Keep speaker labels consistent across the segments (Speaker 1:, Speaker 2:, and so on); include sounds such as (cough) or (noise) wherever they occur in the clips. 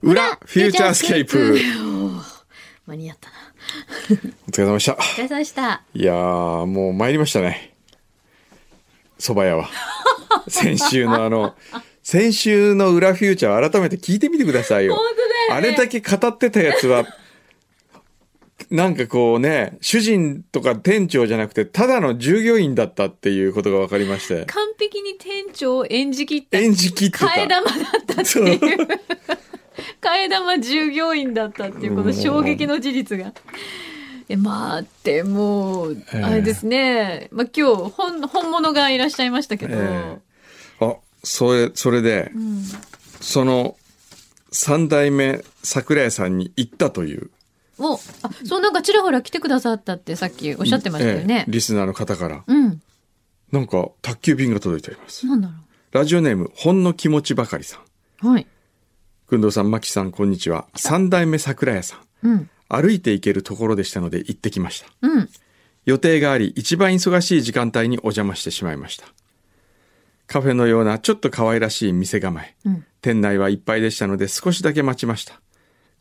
Speaker 1: フューチャースケープ。
Speaker 2: (laughs) 間に合ったな。
Speaker 1: お疲れ様でした。
Speaker 2: お疲れ様でした。
Speaker 1: いやー、もう参りましたね。蕎麦屋
Speaker 2: (laughs)
Speaker 1: は。先週のあの、先週の裏フューチャー改めて聞いてみてくださいよ。
Speaker 2: 本当だ
Speaker 1: あ
Speaker 2: よね
Speaker 1: れだけ語ってたやつは、なんかこうね、主人とか店長じゃなくて、ただの従業員だったっていうことが分かりまして。
Speaker 2: 完璧に店長を演じ切った。
Speaker 1: 演じ切ってた。
Speaker 2: 替え玉だったって
Speaker 1: そう
Speaker 2: いう。 (laughs) 替え玉従業員だったっていう、この衝撃の事実が。え、まあ、でも、
Speaker 1: え
Speaker 2: あれですね。まあ今日、本、本物がいらっしゃいましたけど。
Speaker 1: ええあ、それ、それで、
Speaker 2: うん
Speaker 1: その、三代目桜井さんに行ったという。
Speaker 2: もう、あ、そうなんかちらほら来てくださったってさっきおっしゃってましたよね
Speaker 1: ええ。リスナーの方から。
Speaker 2: うん。
Speaker 1: なんか、宅急便が届いております。
Speaker 2: なんだろ
Speaker 1: ラジオネーム、ほんの気持ちばかりさん。
Speaker 2: う。はい。
Speaker 1: くんどうさん、まきさん、こんにちは。三代目桜屋さん。
Speaker 2: うん。
Speaker 1: 歩いて行けるところでしたので行ってきました。
Speaker 2: うん。
Speaker 1: 予定があり、一番忙しい時間帯にお邪魔してしまいました。カフェのようなちょっと可愛らしい店構え。
Speaker 2: うん。
Speaker 1: 店内はいっぱいでしたので少しだけ待ちました。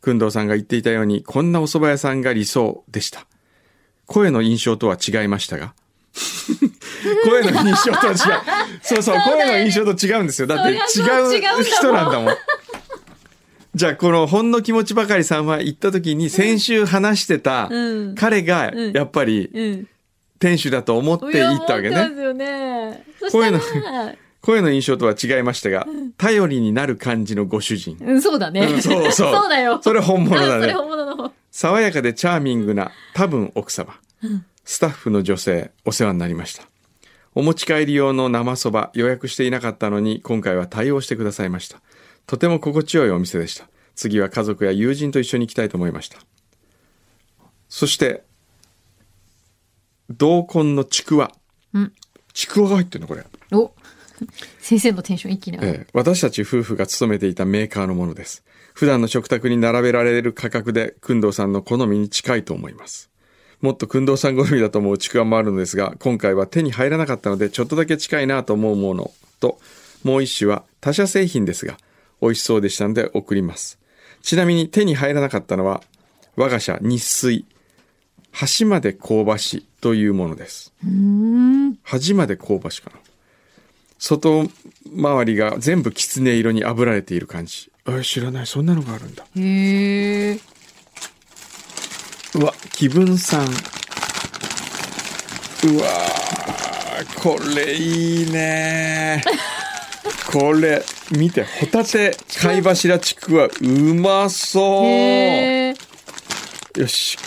Speaker 1: くんどうさんが言っていたように、こんなお蕎麦屋さんが理想でした。声の印象とは違いました
Speaker 2: (laughs)
Speaker 1: が。声の印象とは違う。そうそう、
Speaker 2: そうだよね
Speaker 1: 声の印象と違うんですよ。だって違
Speaker 2: そりゃそう違うんだも
Speaker 1: うん人なんだもん。じゃあ、このほんの気持ちばかりさんは行った時に先週話してた
Speaker 2: うん
Speaker 1: 彼が
Speaker 2: うん
Speaker 1: やっぱり
Speaker 2: うん。
Speaker 1: 店主だと思って行ったわけ
Speaker 2: いや
Speaker 1: ね
Speaker 2: 思っ。てますよね。そ
Speaker 1: こういうの
Speaker 2: したら、
Speaker 1: 声の印象とは違いましたが、頼りになる感じのご主人。
Speaker 2: うん、そうだね。
Speaker 1: うんそうそう
Speaker 2: (laughs) そうだよ。
Speaker 1: それ本物だ
Speaker 2: あそれ
Speaker 1: ね。
Speaker 2: 本物の方。
Speaker 1: 爽やかでチャーミングな多分奥様。
Speaker 2: うん
Speaker 1: スタッフの女性、お世話になりました。お持ち帰り用の生そば予約していなかったのに今回は対応してくださいました。とても心地よいお店でした。次は家族や友人と一緒に行きたいと思いました。そして、同梱のちくわ。
Speaker 2: うん
Speaker 1: ちくわが入ってるのこれ。
Speaker 2: お、 (laughs) 先生のテンション一気に上がる。
Speaker 1: ええ、私たち夫婦が勤めていたメーカーのものです。普段の食卓に並べられる価格で、くんどうさんの好みに近いと思います。もっとくんどうさん好みだと思うちくわもあるのですが、今回は手に入らなかったので、ちょっとだけ近いなと思うものと、もう一種は他社製品ですが、美味しそうでしたので送ります。ちなみに手に入らなかったのは、我が社日水、端まで香ばしというものです。
Speaker 2: うーん。
Speaker 1: 端まで香ばしかな外周りが全部きつね色に炙られている感じえ知らないそんなのがあるんだ
Speaker 2: へえ。
Speaker 1: うわ気分さんうわーこれいい (laughs) ねこれ見てホタテ貝柱ちくわうまそう
Speaker 2: へえ。
Speaker 1: よし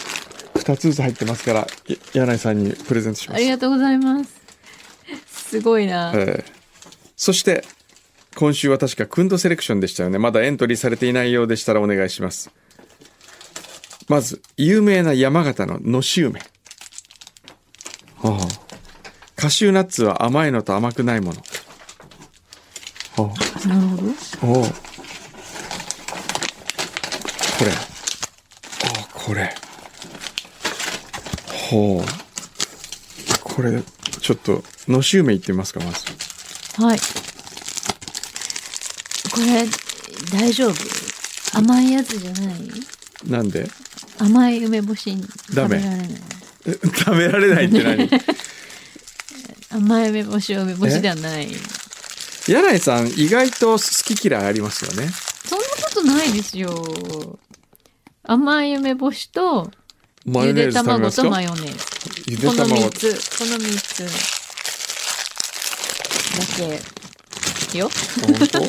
Speaker 1: 2つずつ入ってますからや柳井さんにプレゼントしま
Speaker 2: あ
Speaker 1: す
Speaker 2: りがとうございます。すごいな。
Speaker 1: ええそして今週は確かクンドセレクションでしたよねまだエントリーされていないようでしたらお願いしますまず有名な山形ののし梅はあカシューナッツは甘いのと甘くないもの、は
Speaker 2: なるほど。
Speaker 1: あ、おうこれおうこれほうこれちょっとのし梅いってみますかまず
Speaker 2: はい。これ、大丈夫甘いやつじゃない
Speaker 1: なんで
Speaker 2: 甘い梅干しに
Speaker 1: ダ
Speaker 2: 食べ
Speaker 1: メ
Speaker 2: られない。
Speaker 1: え (laughs) 食べられないって (laughs) 何
Speaker 2: 甘い梅干しは梅干しではない。
Speaker 1: 柳井さん意外と好き嫌いありますよね
Speaker 2: そんなことないですよ。甘い梅干しと、
Speaker 1: マ
Speaker 2: ゆ
Speaker 1: ヨネー
Speaker 2: で
Speaker 1: ズ食べ
Speaker 2: 卵
Speaker 1: ます
Speaker 2: と
Speaker 1: か
Speaker 2: マヨネーズ。
Speaker 1: ゆで
Speaker 2: この
Speaker 1: 卵
Speaker 2: 三つ、この三つだけよ。
Speaker 1: 本当甘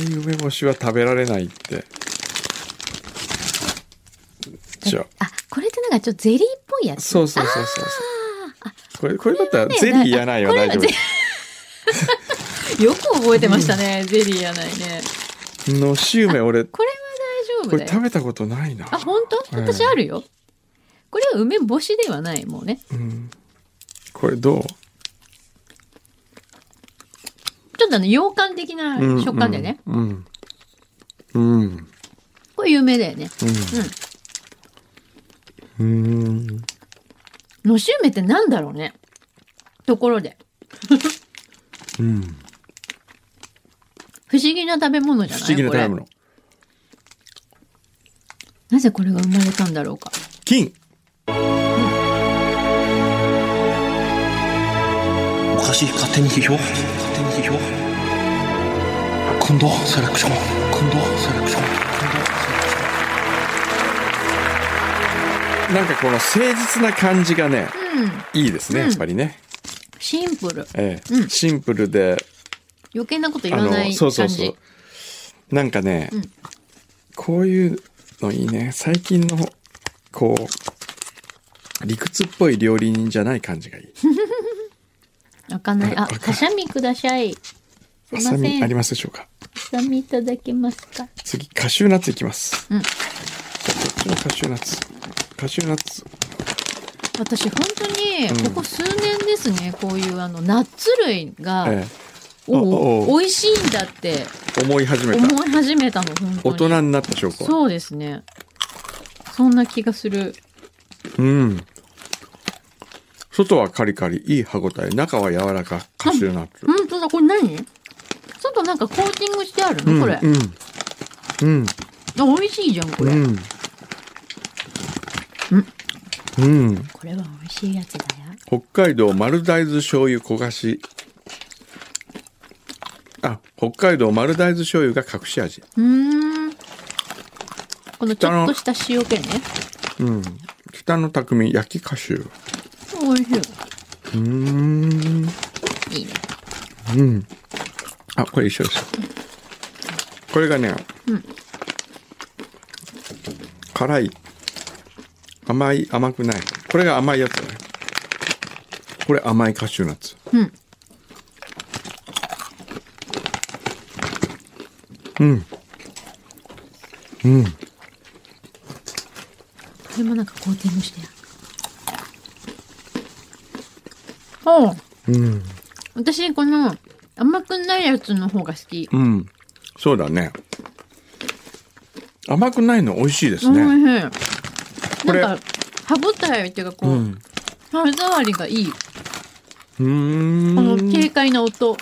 Speaker 1: い梅干しは食べられないってじゃあ
Speaker 2: あ、これってなんかちょっとゼリーっぽいやつ。
Speaker 1: そうそうそうそうそうこれこれだったらゼリーいらないは大丈
Speaker 2: これはよく覚えてましたね。ゼリーやないね。
Speaker 1: 夫のし (laughs) 梅俺こ
Speaker 2: これは大丈夫
Speaker 1: れ
Speaker 2: だよ。
Speaker 1: 食べたことないな
Speaker 2: あ、本当？
Speaker 1: ええ
Speaker 2: 私あるよ。これは梅干しではない、もうね。
Speaker 1: うんこれどう
Speaker 2: ちょっとあの、洋館的な
Speaker 1: うん
Speaker 2: 食感だよね。
Speaker 1: うんうんうん
Speaker 2: これ有名だよね。
Speaker 1: うん
Speaker 2: のし梅ってなんだろうね。ところで。
Speaker 1: うん
Speaker 2: 不思議な食べ物じゃない
Speaker 1: 不思議な食べ
Speaker 2: こ
Speaker 1: 物
Speaker 2: なぜこれが生まれたんだろうか。
Speaker 1: 金
Speaker 3: おかしい勝手に批評勝手に批評近藤セレクション近藤セレクション
Speaker 1: なんかこの誠実な感じがね
Speaker 2: うん。
Speaker 1: いいですね
Speaker 2: う
Speaker 1: や
Speaker 2: ん
Speaker 1: っぱりね、
Speaker 2: シンプル。
Speaker 1: ええ
Speaker 2: うん
Speaker 1: シンプルで
Speaker 2: 余計なこと言
Speaker 1: あ
Speaker 2: わ
Speaker 1: の
Speaker 2: ない
Speaker 1: そう
Speaker 2: 感
Speaker 1: そうそ
Speaker 2: じ
Speaker 1: う。なんかね、こういうのいいね最近のこう理屈っぽい料理人じゃない感じがい
Speaker 2: (laughs)
Speaker 1: い
Speaker 2: 開かない。あ、はしゃみください。すいま
Speaker 1: さ
Speaker 2: せん。
Speaker 1: みあり
Speaker 2: は
Speaker 1: ますでしょうか
Speaker 2: さみいただけますか。
Speaker 1: 次カシューナッツいきます、
Speaker 2: うん
Speaker 1: じゃあこっちのカシューナッツカシューナッツ
Speaker 2: 私本当
Speaker 1: うん
Speaker 2: にここ数年ですね、こういうあのナッツ類が、
Speaker 1: え
Speaker 2: お
Speaker 1: おお
Speaker 2: お美味しいんだって
Speaker 1: え思い始め
Speaker 2: 思
Speaker 1: た
Speaker 2: い始めたの本当
Speaker 1: 大
Speaker 2: に。
Speaker 1: 人になった証拠
Speaker 2: そうですね。そんな気がする。
Speaker 1: うん外はカリカリいい歯ごたえ中は柔らかカシューナッツ、
Speaker 2: 本当だこれ何？外なんかコーティングしてあるの、これ、
Speaker 1: うんうん
Speaker 2: あ美味しいじゃんこ
Speaker 1: う
Speaker 2: れ、
Speaker 1: んうん、うん、
Speaker 2: これは美味しいやつだよ。
Speaker 1: 北海道丸大豆醤油焦がしあ北海道丸大豆醤油が隠し味
Speaker 2: うーん。このちょっとした塩気ね。
Speaker 1: うん北の匠焼きカシュー
Speaker 2: 美味し
Speaker 1: うーん
Speaker 2: い。いいね。
Speaker 1: うん。あ、これ一緒です。これがね、辛い、甘い、甘くない。これが甘いやつだね。これ甘いカシューナッツ。
Speaker 2: うん。これもなんかコーティングしてある。うん。私、この甘くないやつの方が好き。
Speaker 1: うん。そうだね。甘くないの美味しいです
Speaker 2: 美
Speaker 1: ね。
Speaker 2: 味しい。
Speaker 1: これ
Speaker 2: なんか、歯ごたえっていうかこう、
Speaker 1: うん。
Speaker 2: 歯触りがいい。
Speaker 1: うーん
Speaker 2: この軽快な音。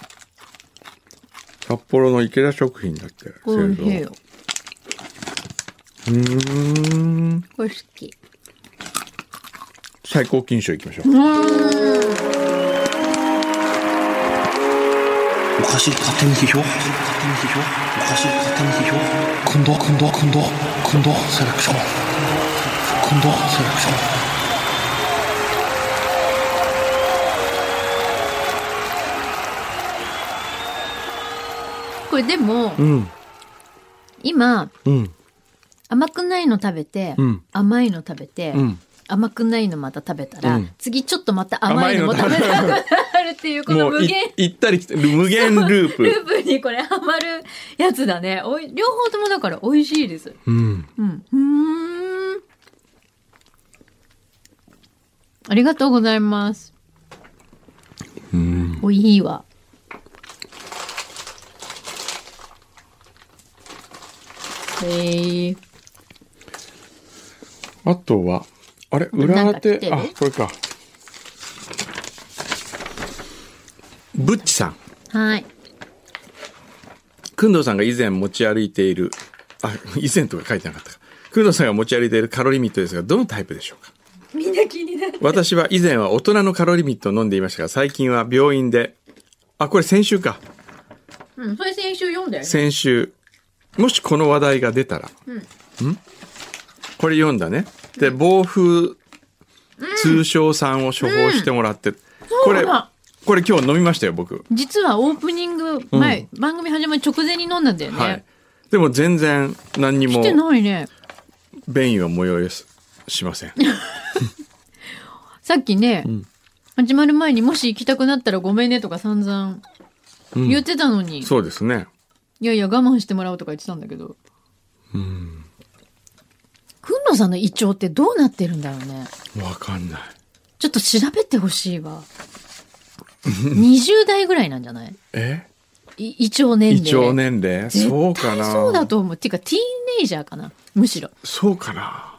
Speaker 1: 札幌の池田食品だっけ
Speaker 2: 美味しい
Speaker 1: 製
Speaker 2: よ。
Speaker 1: 造うーん。
Speaker 2: これ好き。
Speaker 1: 最高金賞いきましょう。
Speaker 3: おかしい勝手に批評勝手に批評おかしい勝手に批評近藤近藤近藤近藤セレクション近藤セレクション
Speaker 2: これでも、
Speaker 1: うん。
Speaker 2: 今、
Speaker 1: うん。
Speaker 2: 甘くないの食べて、
Speaker 1: うん
Speaker 2: 甘いの食べて、
Speaker 1: うん
Speaker 2: 甘くないのまた食べたら、
Speaker 1: うん
Speaker 2: 次ちょっとまた甘いのも食べたくなるっていう、この
Speaker 1: もう
Speaker 2: 無
Speaker 1: い
Speaker 2: 限
Speaker 1: 行ったり来たり無限ループ。
Speaker 2: ループにこれハマるやつだね。おい両方ともだから美味しいです。
Speaker 1: うん。
Speaker 2: うん。うーん。ありがとうございます。おいいわ。へえー、
Speaker 1: あとは、あれ、
Speaker 2: とな
Speaker 1: 裏
Speaker 2: ん
Speaker 1: 当
Speaker 2: か
Speaker 1: て
Speaker 2: 来て、る
Speaker 1: あ、これか。ブッチさん。
Speaker 2: はい。
Speaker 1: くんどうさんが以前持ち歩いている、あ、以前とか書いてなかったか。くんどうさんが持ち歩いているカロリーミットですが、どのタイプでしょうか
Speaker 2: みんな気になる。
Speaker 1: 私は以前は大人のカロリーミットを飲んでいましたが、最近は病院で、あ、これ先週か。
Speaker 2: うん、それ先週読んだよね。
Speaker 1: 先週、もしこの話題が出たら、
Speaker 2: うん
Speaker 1: んこれ読んだね。で、暴風通称さんを処方してもらって、これ
Speaker 2: そうだ、
Speaker 1: これ今日飲みましたよ、僕。
Speaker 2: 実はオープニング前、番組始まる直前に飲んだんだよね。
Speaker 1: はい。でも全然何に
Speaker 2: 来
Speaker 1: も
Speaker 2: てないね。
Speaker 1: 便意は催ししませ
Speaker 2: (laughs)
Speaker 1: ん。
Speaker 2: さっきね、
Speaker 1: ん
Speaker 2: 始まる前にもし行きたくなったらごめんねとか散々
Speaker 1: うん
Speaker 2: 言ってたのに、
Speaker 1: そうですね。
Speaker 2: いやいや我慢してもらおうとか言ってたんだけど。くんのさんの胃腸ってどうなってるんだろうね。
Speaker 1: わかんない。
Speaker 2: ちょっと調べてほし
Speaker 1: (laughs)
Speaker 2: いわ。20代ぐらいなんじゃない
Speaker 1: え
Speaker 2: い胃腸年
Speaker 1: 胃
Speaker 2: 齢。
Speaker 1: 腸年齢そうか
Speaker 2: 絶
Speaker 1: な
Speaker 2: 対そうだと思う。っていうか、ティーンネイジャーかな。むしろ。
Speaker 1: そうかな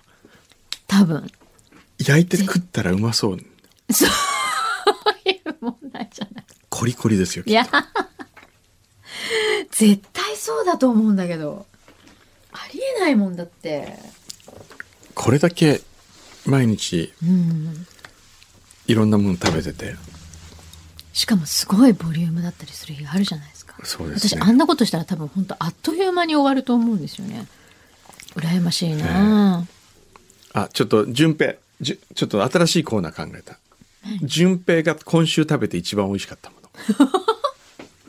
Speaker 2: 多分。
Speaker 1: 焼いて食ったらうまそう。
Speaker 2: そういう問題じゃない。
Speaker 1: コリコリですよ。
Speaker 2: いや、絶対そうだと思うんだけど。ありえないもんだって。
Speaker 1: これだけ毎日
Speaker 2: うん、
Speaker 1: いろんなもの食べてて
Speaker 2: しかもすごいボリュームだったりする日があるじゃないですか
Speaker 1: そうですね
Speaker 2: 私あんなことしたら多分本当あっという間に終わると思うんですよね羨ましいな、
Speaker 1: あちょっと順平じゅちょっと新しいコーナー考えた順平が今週食べて一番美味しかったもの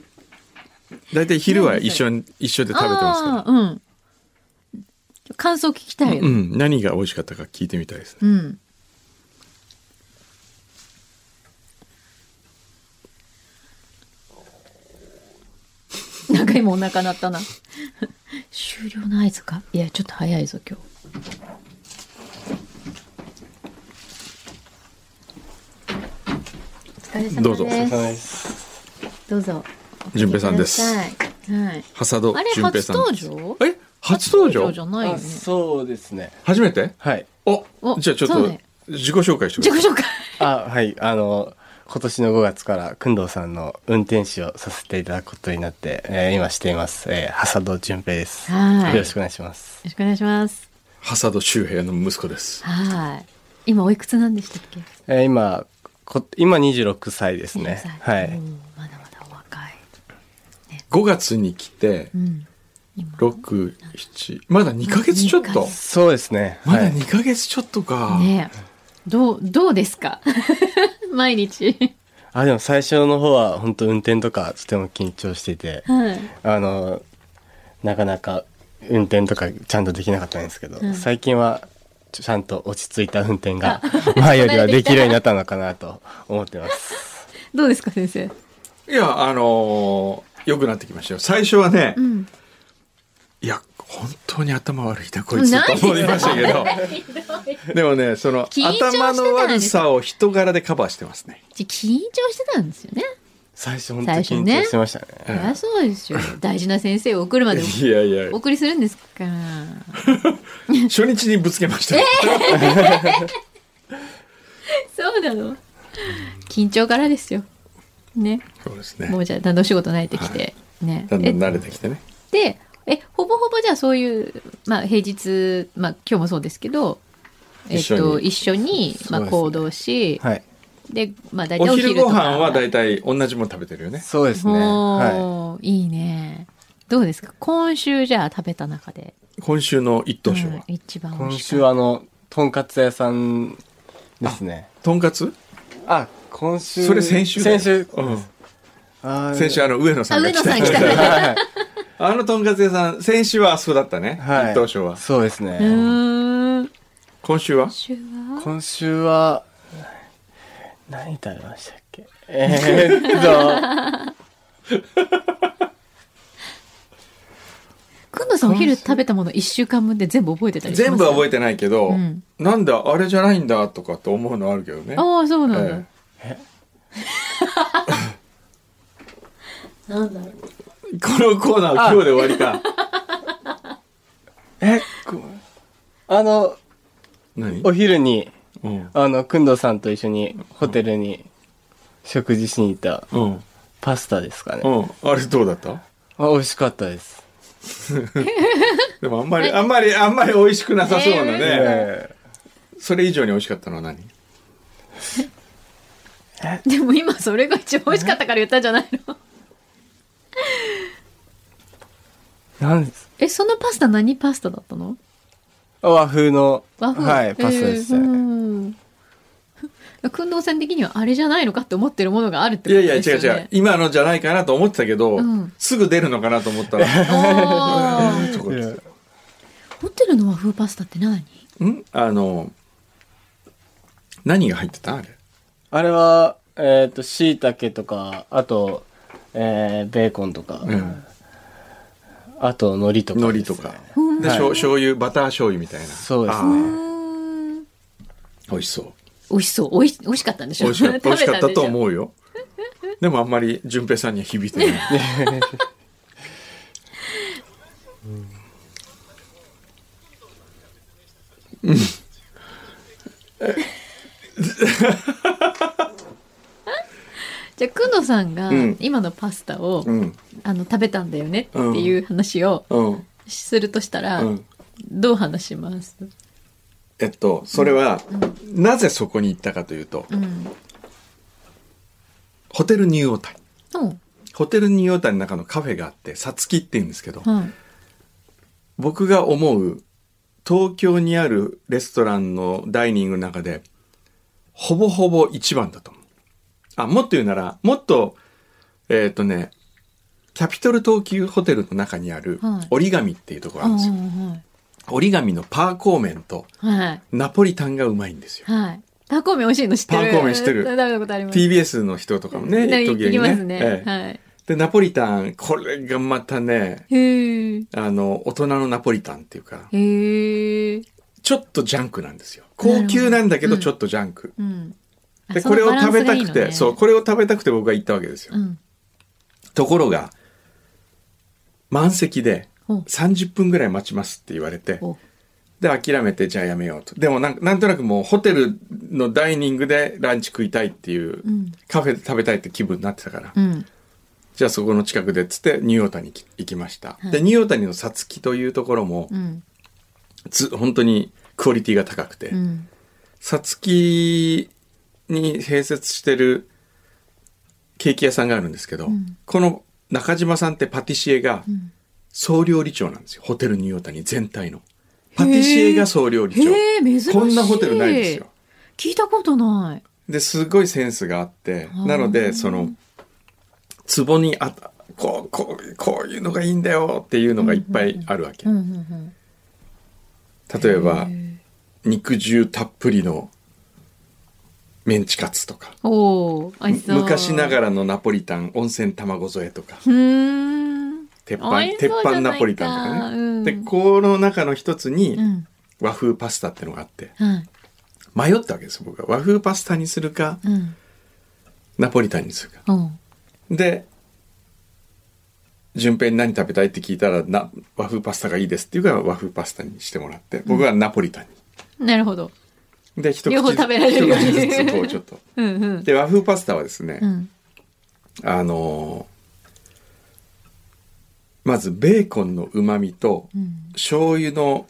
Speaker 1: (laughs) 大体昼は一緒に一緒で食べてますから
Speaker 2: あーうん感想聞きたいよ、
Speaker 1: うん、何が美味しかったか聞いてみたいですね。
Speaker 2: うん。なんか今お腹鳴ったな。終了の合図かいや、ちょっと早いぞ、今日。お疲れ様です。
Speaker 1: どうぞ
Speaker 2: どうぞ。
Speaker 1: 順平さんです
Speaker 2: はい。はい。
Speaker 1: ハ戸
Speaker 2: あれ、
Speaker 1: 淳平
Speaker 2: 初
Speaker 1: さんで
Speaker 2: 登
Speaker 1: す。
Speaker 2: 場
Speaker 1: え、初登場
Speaker 2: じゃないよ
Speaker 4: あ
Speaker 2: ね。
Speaker 4: そうですね
Speaker 1: 初めて？
Speaker 4: はい
Speaker 1: お、
Speaker 2: お
Speaker 1: じゃあちょっ
Speaker 2: そう
Speaker 1: と
Speaker 2: ね
Speaker 1: 自己紹介してく
Speaker 2: 自
Speaker 1: ださい。
Speaker 2: 己紹介。
Speaker 4: あはいあの今年の5月から工藤さんの運転手をさせていただくことになって、えー今しています、えー、ハ戸淳平です
Speaker 2: はい
Speaker 4: よろしくお願いします
Speaker 2: よろしくお願いします。
Speaker 1: ハサド周平の息子です。
Speaker 2: はい。今おいくつなんでしたっけ？
Speaker 4: えー今こ今26歳ですね
Speaker 2: 26歳
Speaker 4: は
Speaker 2: う
Speaker 4: い
Speaker 2: んまだまだお若い。
Speaker 1: 5月に来て
Speaker 2: うん。今。
Speaker 1: 6、7まだ2ヶ月ちょっ
Speaker 2: 二ヶ
Speaker 1: と。
Speaker 2: 月
Speaker 4: そうですね
Speaker 1: ま
Speaker 4: は
Speaker 1: だ
Speaker 4: い
Speaker 1: 2ヶ月ちょっとか。
Speaker 2: ねえ。どうどうですか？ (laughs) 毎日。
Speaker 4: あでも最初の方は本当運転とかとても緊張していて
Speaker 2: はい。
Speaker 4: あのなかなか運転とかちゃんとできなかったんですけど、
Speaker 2: うん
Speaker 4: 最近はちょちゃんと落ち着いた運転が (laughs) 前よりはできるようになったのかなと思って
Speaker 2: (laughs)
Speaker 4: ます。
Speaker 2: どうですか先生？
Speaker 1: いやあのー良くなってきましたよ。最初はね、
Speaker 2: うん。
Speaker 1: いや本当に頭悪いなこいつと思いましたけど。でもねその
Speaker 2: 緊張してたんです
Speaker 1: 頭の悪さを人柄でカバーしてますね。
Speaker 2: 緊張してたんですよね。
Speaker 4: 最初本当に
Speaker 2: 最初
Speaker 4: 緊
Speaker 2: ね
Speaker 4: 張してましたね。
Speaker 2: そりゃそうですよ。大事な先生を送るまで
Speaker 1: いやいや
Speaker 2: お送りするんですから。
Speaker 1: 初日にぶつけました。
Speaker 2: そうなの。緊張からですよ。ね。
Speaker 1: そうです
Speaker 2: も
Speaker 1: ね。
Speaker 2: うじゃあだんだんお仕事慣れてきて、
Speaker 1: は
Speaker 2: ね。
Speaker 1: だんだん
Speaker 2: え
Speaker 1: 慣れてきてね。
Speaker 2: でえほぼほぼじゃあそういう、まあ、平日、まあ、今日もそうですけど、えっと、一緒に、まあ、
Speaker 4: そうですね
Speaker 2: 行動し、
Speaker 4: はい。
Speaker 2: で、まあ、大体
Speaker 1: お
Speaker 2: お
Speaker 1: 昼
Speaker 2: 昼
Speaker 1: ご
Speaker 2: とか
Speaker 1: 飯はだいたい同じもの食べてるよね。
Speaker 4: そうですね。はい
Speaker 2: おーいいねどうですか今週じゃあ食べた中で、
Speaker 1: 今週の一等賞
Speaker 2: うん
Speaker 1: は。
Speaker 2: 一番。美
Speaker 4: 今
Speaker 2: 味し
Speaker 4: 週
Speaker 2: かっ
Speaker 4: はあのとんかつ屋さんですね。
Speaker 1: とんかつ
Speaker 4: あ、今週
Speaker 1: それ先週だよ
Speaker 4: 先週。
Speaker 1: うん
Speaker 4: あー
Speaker 1: 先週あの上野
Speaker 2: た
Speaker 1: さんが来
Speaker 2: あ
Speaker 1: た
Speaker 2: 上野さん
Speaker 4: (laughs)
Speaker 2: 来た
Speaker 4: はい
Speaker 1: あのとんかつ屋さん先週はあそこだったね
Speaker 4: はい。 (laughs)
Speaker 1: 一等賞は
Speaker 4: そうですね。
Speaker 2: うーん今
Speaker 1: 今週は
Speaker 2: 週は
Speaker 4: 今週は何食べましたっけえー、っ
Speaker 2: くんのさんお昼食べたもの1週間分で全部覚えてたりします
Speaker 1: 全部は覚え
Speaker 2: て
Speaker 1: てないけど、
Speaker 2: うん
Speaker 1: なんだあれじゃないんだとかと思うのあるけどね
Speaker 2: ああそうなんだ、
Speaker 1: え
Speaker 2: なんだろう
Speaker 1: このコーナーは今日で終わり
Speaker 2: (laughs)
Speaker 1: か
Speaker 4: とえこあの
Speaker 1: 何
Speaker 4: お昼に
Speaker 1: うん
Speaker 4: あのくんどさんと一緒にホテルに食事しに行った
Speaker 1: うん、
Speaker 4: パスタですかね、
Speaker 1: うん、あれどうだった
Speaker 4: あ美味しかったです、
Speaker 1: でもあんまりあんまりあんまり美味しくなさそうなね、
Speaker 4: え
Speaker 1: それ以上に美味しかったのは何
Speaker 2: でも今それが一番美味しかったから言ったんじゃないの
Speaker 4: ー、なんです
Speaker 2: えそのパスタ何パスタだったの
Speaker 4: 和風の
Speaker 2: 和風
Speaker 4: はいパスタです、ね
Speaker 2: くんどうさん的にはあれじゃないのかって思ってるものがあるって
Speaker 1: いや
Speaker 2: こと
Speaker 1: いや
Speaker 2: です
Speaker 1: 違
Speaker 2: よ
Speaker 1: う
Speaker 2: ね
Speaker 1: 違う今のじゃないかなと思ってたけど、
Speaker 2: うん
Speaker 1: すぐ出るのかなと思ったら
Speaker 2: おー
Speaker 1: とか言って
Speaker 2: ホテルの和風パスタって何
Speaker 1: んあの何が入ってたあれ
Speaker 4: あれはえっ、としいたけとかあと、えー、ベーコンとか、
Speaker 1: うん
Speaker 4: あと海苔とか、
Speaker 1: 海苔とか
Speaker 2: うん
Speaker 1: で、
Speaker 4: はい
Speaker 1: しょう醤油バター醤油みたいな
Speaker 4: そうですね
Speaker 2: う
Speaker 1: あ
Speaker 2: ーん
Speaker 1: ー美味しそう
Speaker 2: 美味しそうおい美味しか (laughs) ったんでしょ
Speaker 1: 美味しかった美味しかったと
Speaker 2: う
Speaker 1: 思うよでもあんまり順平さんには響いてない
Speaker 2: じゃあくんどうさんが
Speaker 1: うん
Speaker 2: 今のパスタを、
Speaker 1: うん
Speaker 2: あの食べたんだよねっていう話を
Speaker 1: うん
Speaker 2: するとしたら、
Speaker 1: うん
Speaker 2: どう話します
Speaker 1: えっとそれは、なぜそこに行ったかというと、
Speaker 2: うん。
Speaker 1: ホテルニューオータニ
Speaker 2: うん。
Speaker 1: ホテルニューオータニの中のカフェがあってさつきって言うんですけど、
Speaker 2: うん。
Speaker 1: 僕が思う東京にあるレストランのダイニングの中でほぼほぼ一番だと思う。あもっと言うならもっとえっ、とねキャピトル東急ホテルの中にある
Speaker 2: はい
Speaker 1: 折り紙っていうところがあるんですよ。
Speaker 2: は
Speaker 1: 折り紙のパーコー麺と
Speaker 2: い。はい。
Speaker 1: ナポリタンがうまいんですよ。
Speaker 2: はい。タコ麺美味しいの知ってる。
Speaker 1: タコ麺知ってる
Speaker 2: 食べたことあります。
Speaker 1: TBS の人とかもね、
Speaker 2: ね行きますね。
Speaker 1: ええ
Speaker 2: はい。
Speaker 1: で、ナポリタン、これがまたね、
Speaker 2: へえ。
Speaker 1: あの、大人のナポリタンっていうか、
Speaker 2: へえ。
Speaker 1: ちょっとジャンクなんですよ。高級なんだけど、ちょっとジャンク。
Speaker 2: うん。あ
Speaker 1: で
Speaker 2: そ
Speaker 1: こ
Speaker 2: の
Speaker 1: れを
Speaker 2: バラ
Speaker 1: 食
Speaker 2: ンス
Speaker 1: べ
Speaker 2: が
Speaker 1: た
Speaker 2: いい
Speaker 1: く
Speaker 2: の
Speaker 1: て
Speaker 2: ね
Speaker 1: そうこれを食べたくて僕は行ったわけですよ、
Speaker 2: うん。
Speaker 1: ところが満席で
Speaker 2: お
Speaker 1: 30分ぐらい待ちますって言われて
Speaker 2: お
Speaker 1: で諦めてじゃあやめようとでもなんなんとなくもうホテルのダイニングでランチ食いたいっていう、
Speaker 2: うん
Speaker 1: カフェで食べたいって気分になってたから、
Speaker 2: うん。
Speaker 1: じゃあそこの近くでっつってニューオータニに行きました、
Speaker 2: はい
Speaker 1: でニューオータニのさつきというところも
Speaker 2: うん。
Speaker 1: つ本当にクオリティが高くて、
Speaker 2: うん。
Speaker 1: さつきに併設してるケーキ屋さんがあるんですけど、
Speaker 2: ん
Speaker 1: この中島さんってパティシエが
Speaker 2: ん
Speaker 1: 総料理長なんですよ。ホテルニューオータニ全体の。パティシエが総料理長。
Speaker 2: へえ、珍しい。
Speaker 1: こんなホテルないですよ。。
Speaker 2: 聞いたことない。
Speaker 1: で、すごいセンスがあって、
Speaker 2: あー
Speaker 1: なので、その、壺にあった、こう、こう、こういうのがいいんだよっていうのがいっぱいあるわけ。
Speaker 2: うんうん
Speaker 1: 例えば
Speaker 2: う、ん。
Speaker 1: 肉汁たっぷりのメンチカツとか。
Speaker 2: おお、美味しそう。
Speaker 1: 昔なが
Speaker 2: ら。
Speaker 1: らのナポリタン温泉卵添えとか
Speaker 2: うーん。
Speaker 1: 鉄
Speaker 2: 美
Speaker 1: 板
Speaker 2: 味しそう
Speaker 1: 鉄
Speaker 2: じゃないか
Speaker 1: 板ナポリタンとかね、
Speaker 2: うん
Speaker 1: でこの中の一つに
Speaker 2: うん。
Speaker 1: 和風パスタってのがあって
Speaker 2: はい。
Speaker 1: 迷ったわけですよ僕は和風パスタにするか
Speaker 2: うん。
Speaker 1: ナポリタンにするか
Speaker 2: うん。
Speaker 1: で順平に何食べたいって聞いたらな和風パスタがいいですっていうから和風パスタにしてもらって僕はナポリタンに、
Speaker 2: なるほど。
Speaker 1: で一口
Speaker 2: 両方食べられるように
Speaker 1: 一口ずつこうちょっ
Speaker 2: (laughs)
Speaker 1: と
Speaker 2: うんうん。
Speaker 1: で和風パスタはですね、
Speaker 2: うん。
Speaker 1: あのーまずベーコンのうまみと
Speaker 2: うん。
Speaker 1: 醤油の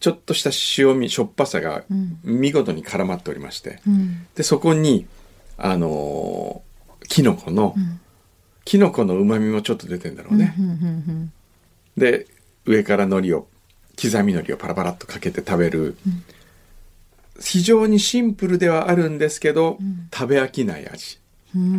Speaker 1: ちょっとした塩味しょっぱさが
Speaker 2: うん
Speaker 1: 見事に絡まっておりまして、
Speaker 2: うん。
Speaker 1: でそこにあのーキノコの、
Speaker 2: ん
Speaker 1: キノコのうまみもちょっと出てんだろうね、
Speaker 2: うんうん
Speaker 1: で上から海苔を刻み海苔をパラパラっとかけて食べる、非常にシンプルではあるんですけど、食べ飽きない味
Speaker 2: うん。うー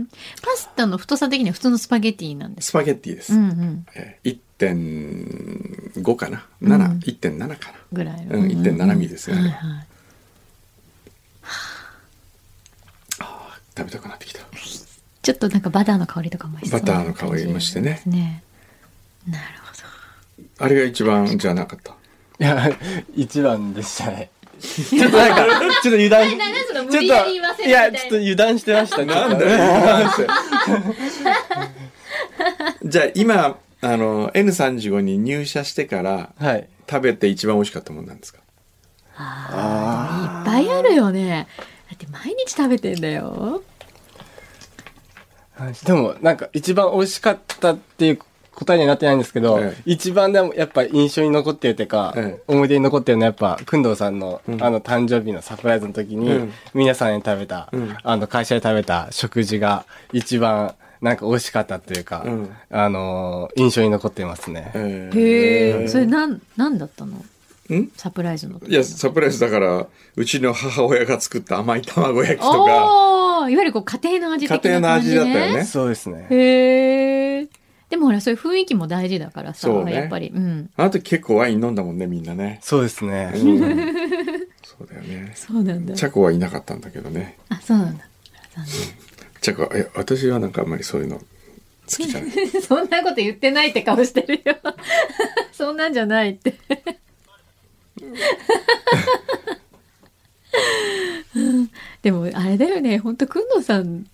Speaker 2: ん。パスタの太さ的には普通のスパゲティなんです。
Speaker 1: スパゲッティです、
Speaker 2: うんうん。
Speaker 1: えー1.5かな
Speaker 2: うん
Speaker 1: 7 1.7かな、
Speaker 2: ぐらいの。
Speaker 1: うん1.7ミリですよね
Speaker 2: はいはい。
Speaker 1: 食べたくなってきた
Speaker 2: ちょっとなんかバターの香りとかもしそう
Speaker 1: バターの香りもしてね
Speaker 2: ね。なるほど。
Speaker 1: あれが一番じゃなかった
Speaker 4: いや、一番でしたね。 (laughs) ちょっとなんか、ちょっと油断し
Speaker 2: 何その無
Speaker 4: ちょっ
Speaker 2: 理やり言わせ
Speaker 4: と、
Speaker 2: る
Speaker 4: い
Speaker 2: みた
Speaker 4: や、
Speaker 2: い
Speaker 4: ちょ
Speaker 2: な
Speaker 4: っと油断してました。なんだ
Speaker 1: (laughs) じゃあ今あの N35 に入社してから
Speaker 4: はい。
Speaker 1: 食べて一番美味しかったもんなんですか
Speaker 2: あーでもいっぱいあるよね。だって毎日食べてんだよ。
Speaker 4: でも、なんか、一番美味しかったっていう答えにはなってないんですけど、
Speaker 1: ええ
Speaker 4: 一番でもやっぱ印象に残ってるというか、
Speaker 1: ええ
Speaker 4: 思い出に残ってるのはやっぱ、くんどうさんの、
Speaker 1: ん
Speaker 4: あの、誕生日のサプライズの時に、
Speaker 1: うん
Speaker 4: 皆さんに食べた、
Speaker 1: ん
Speaker 4: あの、会社で食べた食事が、一番、なんか美味しかったというか、
Speaker 1: うん
Speaker 4: あのー印象に残ってますね。
Speaker 1: え
Speaker 2: へえ。それなん、なんだったの
Speaker 1: ん
Speaker 2: サプライズの時の。
Speaker 1: いやサプライズだからうちの母親が作った甘い卵焼きとか
Speaker 2: おーいわゆるこう家庭の味的
Speaker 1: 家庭
Speaker 2: な
Speaker 1: の
Speaker 2: 感じ、
Speaker 1: 味
Speaker 2: ね、
Speaker 1: だったよね
Speaker 4: そうですね。
Speaker 2: へえでもほらそういう雰囲気も大事だからさ、
Speaker 1: そうね
Speaker 2: やっぱりうん
Speaker 1: あの時結構ワイン飲んだもんねみんな
Speaker 2: (laughs)
Speaker 1: ね、
Speaker 4: そうですね。
Speaker 1: そうだよね
Speaker 2: そうなんだ
Speaker 1: チャコはいなかったんだけどね
Speaker 2: あそうなんだ残
Speaker 1: チャコえ私はなんかあんまりそういうの好きじゃない
Speaker 2: (laughs) 念そんなこと言ってないって顔してるよ (laughs) そんなんじゃないって (laughs) うんでもあれだよね本当くんのさん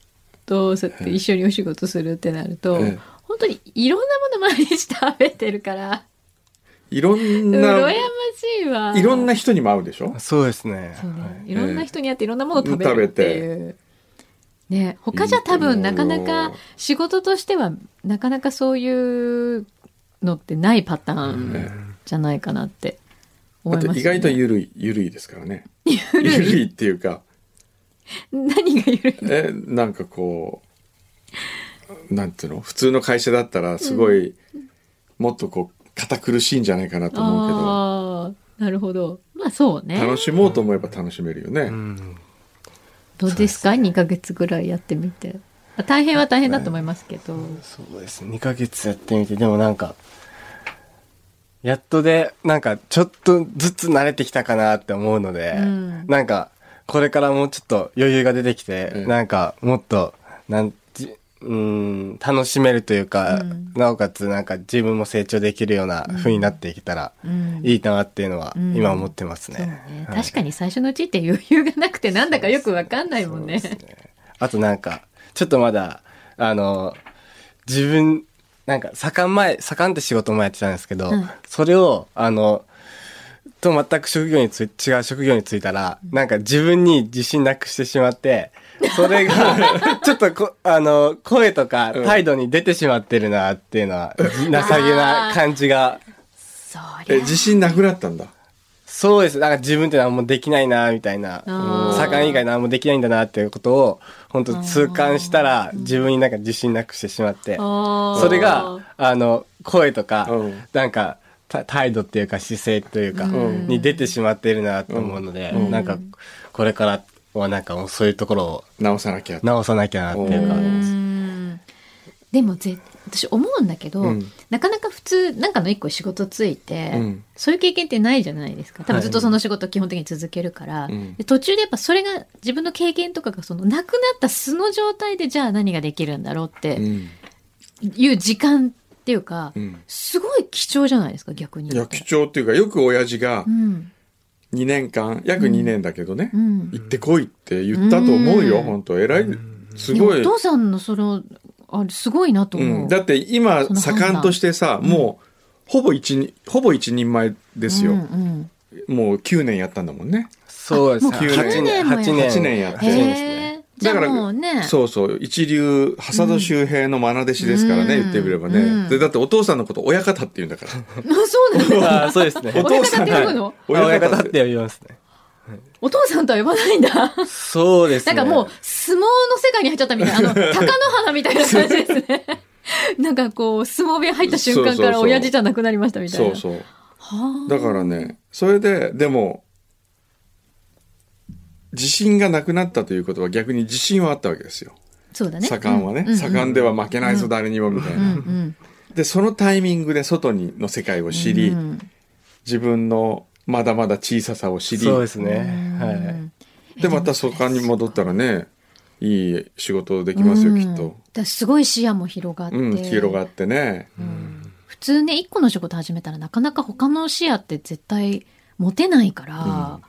Speaker 2: とそうやって一緒にお仕事するってなると、
Speaker 1: ええ
Speaker 2: 本当にいろんなもの毎日食べてるから
Speaker 1: いろん
Speaker 2: うら
Speaker 1: な
Speaker 2: やましいわ
Speaker 1: いろんな人にも会うでしょ
Speaker 4: そうですね。
Speaker 2: そうね、
Speaker 4: はい
Speaker 2: い、ろんな人に会っていろんなものを食べるっていう、ね他じゃ多
Speaker 1: い
Speaker 2: 分
Speaker 1: い
Speaker 2: な
Speaker 1: と
Speaker 2: か
Speaker 1: 思う
Speaker 2: なか仕事としてはなかなかそういうのってないパターンじゃないかなって
Speaker 1: あ
Speaker 2: 思い
Speaker 1: と
Speaker 2: ま
Speaker 1: 意
Speaker 2: した、ね、
Speaker 1: 外とゆるいゆるいですから
Speaker 2: (laughs)
Speaker 1: ね
Speaker 2: ゆるい
Speaker 1: ゆるいっていうか
Speaker 2: 何がゆるい
Speaker 1: えなんかこうなんていうの普通の会社だったらすごい、もっとこう堅苦しいんじゃないかなと (laughs) 思うけど
Speaker 2: ああなるほどまあそうね
Speaker 1: 楽しもうと思えば楽しめるよね、
Speaker 4: うん
Speaker 2: どうですか2ヶ月ぐらいやってみてまあ大変は大変だと思いますけど、
Speaker 4: そうですね2ヶ月やってみてでもなんかやっとでなんかちょっとずつ慣れてきたかなって思うので、
Speaker 2: うん
Speaker 4: なんかこれからもうちょっと余裕が出てきて、
Speaker 1: うん
Speaker 4: なんかもっとなんじうん楽しめるというか、
Speaker 2: うん
Speaker 4: なおかつなんか自分も成長できるような風になっていけたら
Speaker 2: うん
Speaker 4: いいなっていうのは
Speaker 2: うん
Speaker 4: 今思ってま
Speaker 2: そ
Speaker 4: す
Speaker 2: う
Speaker 4: ね。
Speaker 2: ね
Speaker 4: はい
Speaker 2: 確かに最初のうちって余裕がなくてなんだかよくわかんないもんね
Speaker 4: そうですあとなんか、ちょっとまだ、あの、自分、なんか、盛ん前、盛んって仕事前やってたんですけど、
Speaker 2: うん
Speaker 4: それを、あの、と全く職業につい、違う職業に就いたら、なんか自分に自信なくしてしまって、それ
Speaker 2: (laughs)
Speaker 4: が、ちょっとこ、あの、声とか
Speaker 1: うん
Speaker 4: 態度に出てしまってるなっていう
Speaker 2: (laughs)
Speaker 4: のは、情けな感じが、
Speaker 2: そ
Speaker 1: え
Speaker 2: りゃ
Speaker 1: 自信なくなったんだ
Speaker 4: そうです。なんか自分って何もできないな、みたいな。
Speaker 2: あー
Speaker 4: 盛ん以外何もできないんだな、っていうことを、本当痛感したら、自分になんか自信なくしてしまって。
Speaker 2: あー
Speaker 4: それが、あの、声とか
Speaker 1: うん、
Speaker 4: なんか、た態度っていうか姿勢というか、
Speaker 1: ん
Speaker 4: に出てしまっているな、と思うので、なんか、これからはなんか、そういうところを
Speaker 1: 直さなきゃ
Speaker 4: 直さなきゃな、っていうか
Speaker 1: う。
Speaker 2: うんでもぜ私思うんだけど、
Speaker 1: うん
Speaker 2: なかなか普通なんかの一個仕事ついて、
Speaker 1: うん
Speaker 2: そういう経験ってないじゃないですか多分ずっとその仕事基本的に続けるから、
Speaker 1: ん
Speaker 2: で途中でやっぱそれが自分の経験とかがそのなくなった素の状態でじゃあ何ができるんだろうって
Speaker 1: うん
Speaker 2: いう時間っていうか、
Speaker 1: うん
Speaker 2: すごい貴重じゃないですか逆に
Speaker 1: い
Speaker 2: 言
Speaker 1: や
Speaker 2: ったら
Speaker 1: 貴重っていうかよく親父が
Speaker 2: うん
Speaker 1: 2年間約2年だけどね、
Speaker 2: うん
Speaker 1: 行ってこいって言ったと思うよ、
Speaker 2: うん
Speaker 1: 本当偉いす
Speaker 2: いや
Speaker 1: ごい
Speaker 2: お父さんのそのあれすごいなと思う、
Speaker 1: うん、だって今
Speaker 2: その判断
Speaker 1: 盛んとしてさもうほぼ一人ほぼ一人前ですよ、
Speaker 2: うんうん
Speaker 1: もう9年やったんだもんね
Speaker 4: そうです
Speaker 2: あ
Speaker 4: ね。
Speaker 2: もう九
Speaker 4: 8年、8
Speaker 2: 年
Speaker 4: 年。
Speaker 1: 八年やって
Speaker 4: 八年で
Speaker 2: へ
Speaker 4: すね。
Speaker 2: えじゃあもうね
Speaker 1: そうそう一流浅田周平の愛弟子ですからね、
Speaker 2: うん
Speaker 1: 言ってみればね、
Speaker 2: うん
Speaker 1: でだってお父さんのこと親方って言うん
Speaker 2: (laughs)
Speaker 1: だから
Speaker 2: あそうなんだ。
Speaker 4: あーそうですね。
Speaker 1: お父さん
Speaker 2: 親方って呼ぶの
Speaker 4: 親
Speaker 1: 親
Speaker 4: 方
Speaker 1: 方
Speaker 4: っ
Speaker 1: って
Speaker 4: て呼びますね。
Speaker 2: お父さんとは呼ばないんだ。な
Speaker 4: そうですね。
Speaker 2: んかもう、相撲の世界に入っちゃったみたい
Speaker 1: (laughs)
Speaker 2: な、あの、鷹の花みたいな感じですね。 (laughs) なんかこう、相撲部屋入った瞬
Speaker 1: そ
Speaker 2: 間
Speaker 1: うそ
Speaker 2: か
Speaker 1: う
Speaker 2: ら
Speaker 1: そう
Speaker 2: 親父じゃなくなりましたみたい
Speaker 1: そ
Speaker 2: な。
Speaker 1: うそう
Speaker 2: はあ
Speaker 1: だからねそれででも自信がなくなったということは逆に自信はあったわけですよ
Speaker 2: そうだね。
Speaker 1: 盛んはね、
Speaker 2: うんうん
Speaker 1: 盛んでは負けないぞ誰にもみたいな、
Speaker 2: うんうん
Speaker 1: でそのタイミングで外にの世界を知り、
Speaker 2: うん
Speaker 1: 自分のまだまだ小ささを知り
Speaker 4: そうですね。
Speaker 2: う
Speaker 4: は
Speaker 2: ん
Speaker 1: でまたそこに戻ったらねいい仕事できますよ、
Speaker 2: うん
Speaker 1: きっと、
Speaker 2: だからすごい視野も広がって。
Speaker 1: うん、広がってね、
Speaker 2: 普通ね、一個の仕事始めたらなかなか他の視野って絶対持てないから、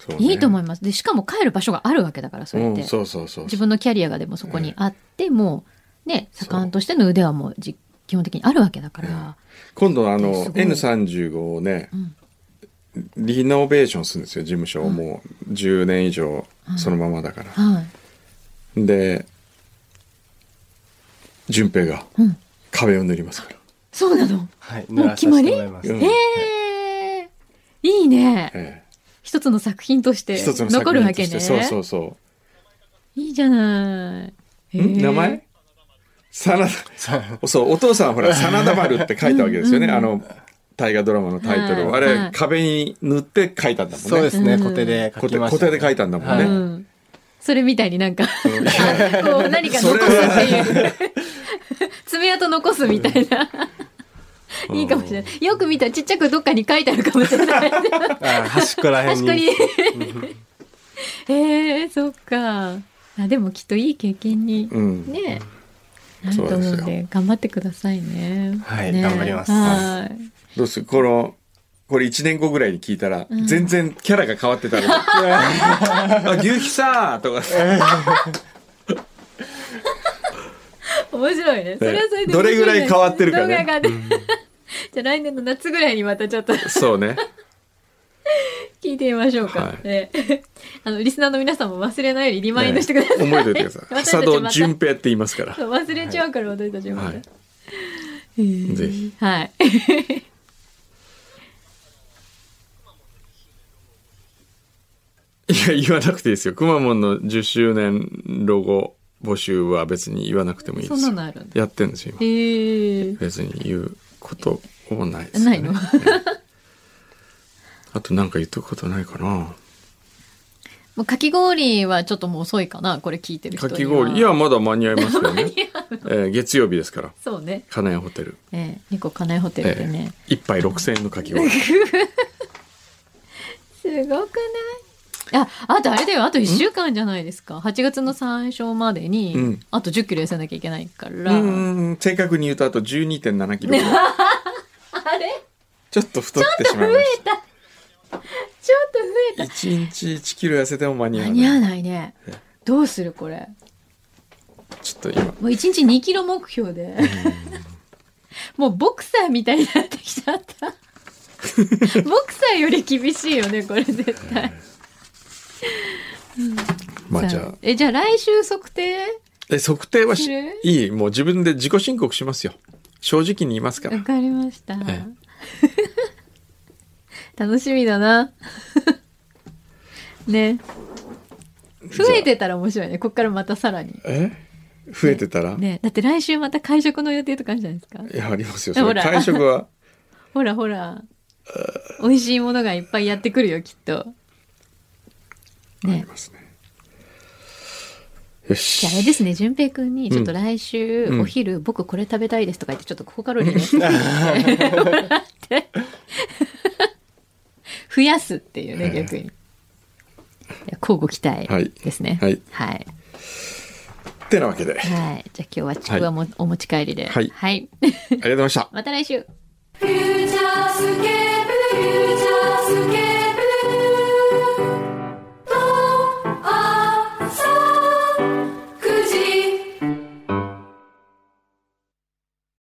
Speaker 1: そうね
Speaker 2: いいと思います。で、しかも帰る場所があるわけだから、そうやって。
Speaker 1: うん、そうそうそう
Speaker 2: 自分のキャリアがでもそこにあって、もうね盛んとしての腕はもうじ基本的にあるわけだから、
Speaker 1: 今度あの
Speaker 2: すごい
Speaker 1: N35 をね、
Speaker 2: ん
Speaker 1: リノベーションするんですよ事務所をもう10年以上そのままだから、
Speaker 2: はい、
Speaker 1: で順平が
Speaker 2: うん、
Speaker 1: 壁を塗りますから、
Speaker 2: そうなの、
Speaker 4: い。
Speaker 2: もう決まり
Speaker 4: 塗らさせてもらいます
Speaker 1: うん
Speaker 2: ええいいね、
Speaker 1: え
Speaker 2: 一つの作品として
Speaker 1: え、一つの
Speaker 2: 残
Speaker 1: 作
Speaker 2: る
Speaker 1: 品
Speaker 2: わ
Speaker 1: と
Speaker 2: け
Speaker 1: して
Speaker 2: ね
Speaker 1: そうそうそ
Speaker 2: いいじゃ
Speaker 1: う、
Speaker 2: ない、へえ
Speaker 1: ん名前真田
Speaker 4: そう
Speaker 1: そうお父さんはほ
Speaker 4: (laughs)
Speaker 1: ら「真田丸」って書いたわけですよね、あの大河ドラマのタイトルを、
Speaker 2: はい
Speaker 1: あれ、
Speaker 2: はい
Speaker 1: 壁に塗って書いたんだもんね
Speaker 4: そうです
Speaker 2: う
Speaker 4: ね。
Speaker 2: ん
Speaker 4: 固定で書
Speaker 1: 固
Speaker 4: き
Speaker 1: 定
Speaker 4: ま
Speaker 1: 固
Speaker 4: した。
Speaker 1: 定で書いたんだもん
Speaker 2: う
Speaker 1: ね、
Speaker 2: ん、それみたいになんかこ
Speaker 1: うん
Speaker 2: う何か残すっていう爪痕残すみたいないいかもしれないよく見たらちっちゃくどっかに書いてあるかもしれない
Speaker 4: あー端っこら辺
Speaker 2: 確
Speaker 4: に。
Speaker 2: かに。 (laughs) ええそっか。あでもきっといい経験に、
Speaker 1: うん
Speaker 2: ねなると思う
Speaker 1: そ
Speaker 2: ん
Speaker 1: う
Speaker 2: で
Speaker 1: です
Speaker 2: 頑張ってくださいね。
Speaker 4: はい
Speaker 2: ね
Speaker 4: 頑張ります
Speaker 2: はい。
Speaker 1: どうするこのこれ1年後ぐらいに聞いたら、
Speaker 2: ん
Speaker 1: 全然キャラが変わってた
Speaker 2: (laughs)
Speaker 1: ら「あ牛皮さー」とか
Speaker 2: 面白いね。それはそれで面白いね
Speaker 1: どれぐらい変わってるかね
Speaker 2: どれぐらい変わってる (laughs) じゃあ来年の夏ぐらいにまたちょっと
Speaker 1: そうね
Speaker 2: 聞いてみましょうか。
Speaker 1: はい
Speaker 2: ね (laughs) あのリスナーの皆さんも忘れないようにリマインドしてください。
Speaker 1: 覚えておいてください
Speaker 2: (laughs) 私
Speaker 1: 佐
Speaker 2: たちまた
Speaker 1: 藤淳平って言いますから
Speaker 2: そう忘れちゃうから私たちもね。
Speaker 1: はい
Speaker 2: えー
Speaker 1: ぜひ
Speaker 2: はい。
Speaker 1: や、言わなくていいですよ。くまモンの10周年ロゴ募集は別に言わなくてもいいで
Speaker 2: (laughs) そ
Speaker 1: す
Speaker 2: ん
Speaker 1: よ
Speaker 2: なのあるんだ。
Speaker 1: やってんですよ、今。
Speaker 2: へえ。
Speaker 1: 別に言うこともないです、ね。
Speaker 2: ないの (laughs)
Speaker 1: あとなんか言っとくことないかな。
Speaker 2: もうかき氷はちょっともう遅いかな、これ聞いてる人
Speaker 1: か
Speaker 2: には
Speaker 1: き氷。いや、まだ間に合いますよ
Speaker 2: (laughs)
Speaker 1: ね。えー月曜日ですから。
Speaker 2: そうね。
Speaker 1: 金谷ホテル。
Speaker 2: ええ、ニコ金井ホテルでね。
Speaker 1: えー、1杯6000円のかき氷。
Speaker 2: すごくないあ、あとあれだよ、あと1週間じゃないですか。8月の最初までに、
Speaker 1: うん
Speaker 2: あと10キロ痩せなきゃいけないから。
Speaker 1: うーん、正確に言うとあと12.7キロ。
Speaker 2: (laughs) あれ
Speaker 1: ちょっと太ってしまいました。
Speaker 2: ちょっと増えた。
Speaker 1: 1日1キロ痩せても間に合わな
Speaker 2: 間
Speaker 1: い。
Speaker 2: に合わないね。どうするこれ。
Speaker 1: ちょっと今、
Speaker 2: もう1日2キロ目標で。 (laughs) もうボクサーみたいになってきちゃ
Speaker 1: (laughs)
Speaker 2: った。ボクサーより厳しいよね、これ絶対。
Speaker 1: まあじ
Speaker 2: さ
Speaker 1: ゃあ。
Speaker 2: え、じゃあ来週測定
Speaker 1: え、測定はし
Speaker 2: する、
Speaker 1: いい。もう自分で自己申告しますよ。正直に言いますから
Speaker 2: わ。かりました
Speaker 1: え。
Speaker 2: (laughs) 楽しみだな。 (laughs) ね。増えてたら面白いね。こっからまたさらに。
Speaker 1: え増えてたら、
Speaker 2: ね。だって来週また会食の予定とかあるじゃないですか。
Speaker 1: いや、ありますよ。
Speaker 2: ほ
Speaker 1: それ
Speaker 2: ら
Speaker 1: 会食は、
Speaker 2: ほらほら。美味しいものがいっぱいやってくるよ、きっと。
Speaker 1: あり
Speaker 2: ね。
Speaker 1: ます
Speaker 2: (laughs)
Speaker 1: ね。よ
Speaker 2: じ
Speaker 1: し
Speaker 2: ゃあ。あれですね、淳平くんに、ちょっと来週、
Speaker 1: ん
Speaker 2: お昼、僕これ食べたいですとか言って、ちょっと高カロリーね、もらって、 (laughs) 増やすっていうね、
Speaker 1: ええ
Speaker 2: 逆に。いや交互期待
Speaker 1: はい
Speaker 2: ですね。
Speaker 1: はい
Speaker 2: はい。
Speaker 1: ってなわけで、あり
Speaker 2: はいじゃあ今日はちくわもお持ち帰りで。
Speaker 1: はい
Speaker 2: はい。 (laughs)
Speaker 1: がとうございました。
Speaker 2: また来週。
Speaker 5: 「フューチャースケープフューチャースケープ